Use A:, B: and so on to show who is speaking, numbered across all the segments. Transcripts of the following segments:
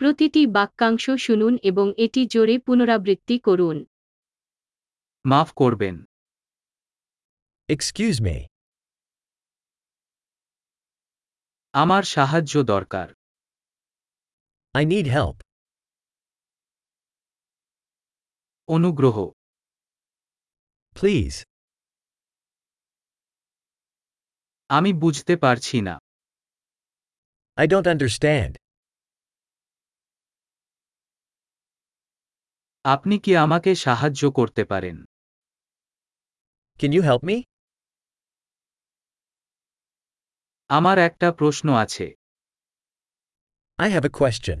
A: প্রতিটি বাক্যাংশ শুনুন এবং এটি জোরে পুনরাবৃত্তি করুন
B: মাফ করবেন
C: Excuse me.
B: আমার সাহায্য দরকার
C: I need help.
B: অনুগ্রহ
C: Please.
B: আমি বুঝতে পারছি না
C: I don't understand.
B: আপনি কি আমাকে সাহায্য করতে পারেন
C: Can you help me?
B: আমার একটা প্রশ্ন আছে
C: I have a question.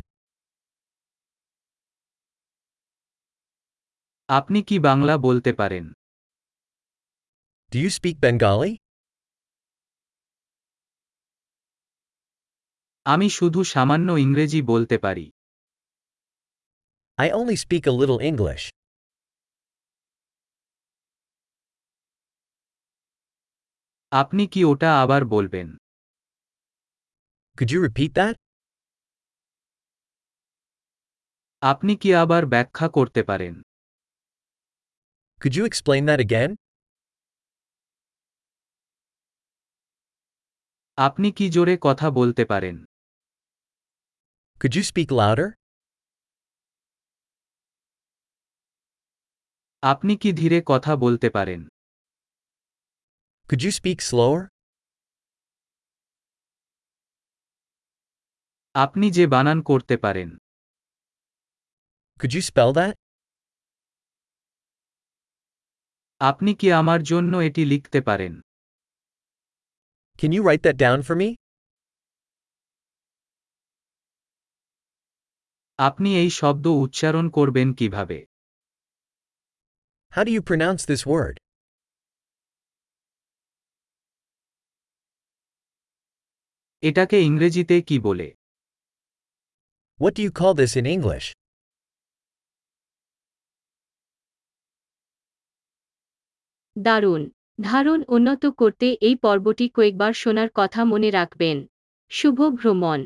B: আপনি কি বাংলা বলতে পারেন
C: Do you speak Bengali?
B: আমি শুধু সামান্য ইংরেজি বলতে পারি
C: I only speak a little English.
B: আপনি কি ওটা আবার বলবেন
C: Could you repeat that?
B: আপনি কি আবার ব্যাখ্যা করতে পারেন
C: Could you explain that again?
B: আপনি কি জোরে কথা বলতে পারেন
C: Could you speak louder?
B: আপনি কি ধীরে কথা বলতে পারেন
C: Could you speak slower?
B: আপনি যে বানান করতে পারেন
C: Could you spell that?
B: আপনি কি আমার জন্য এটি লিখতে পারেন
C: Can you write that down for me?
B: আপনি এই শব্দ উচ্চারণ করবেন কিভাবে
C: How do you pronounce this word?
B: এটাকে ইংরেজিতে কি বলে
C: What do you call this in English?
A: দারুণ ধারণ উন্নত করতে এই পর্বটি কয়েকবার শোনার কথা মনে রাখবেন শুভ ভ্রমণ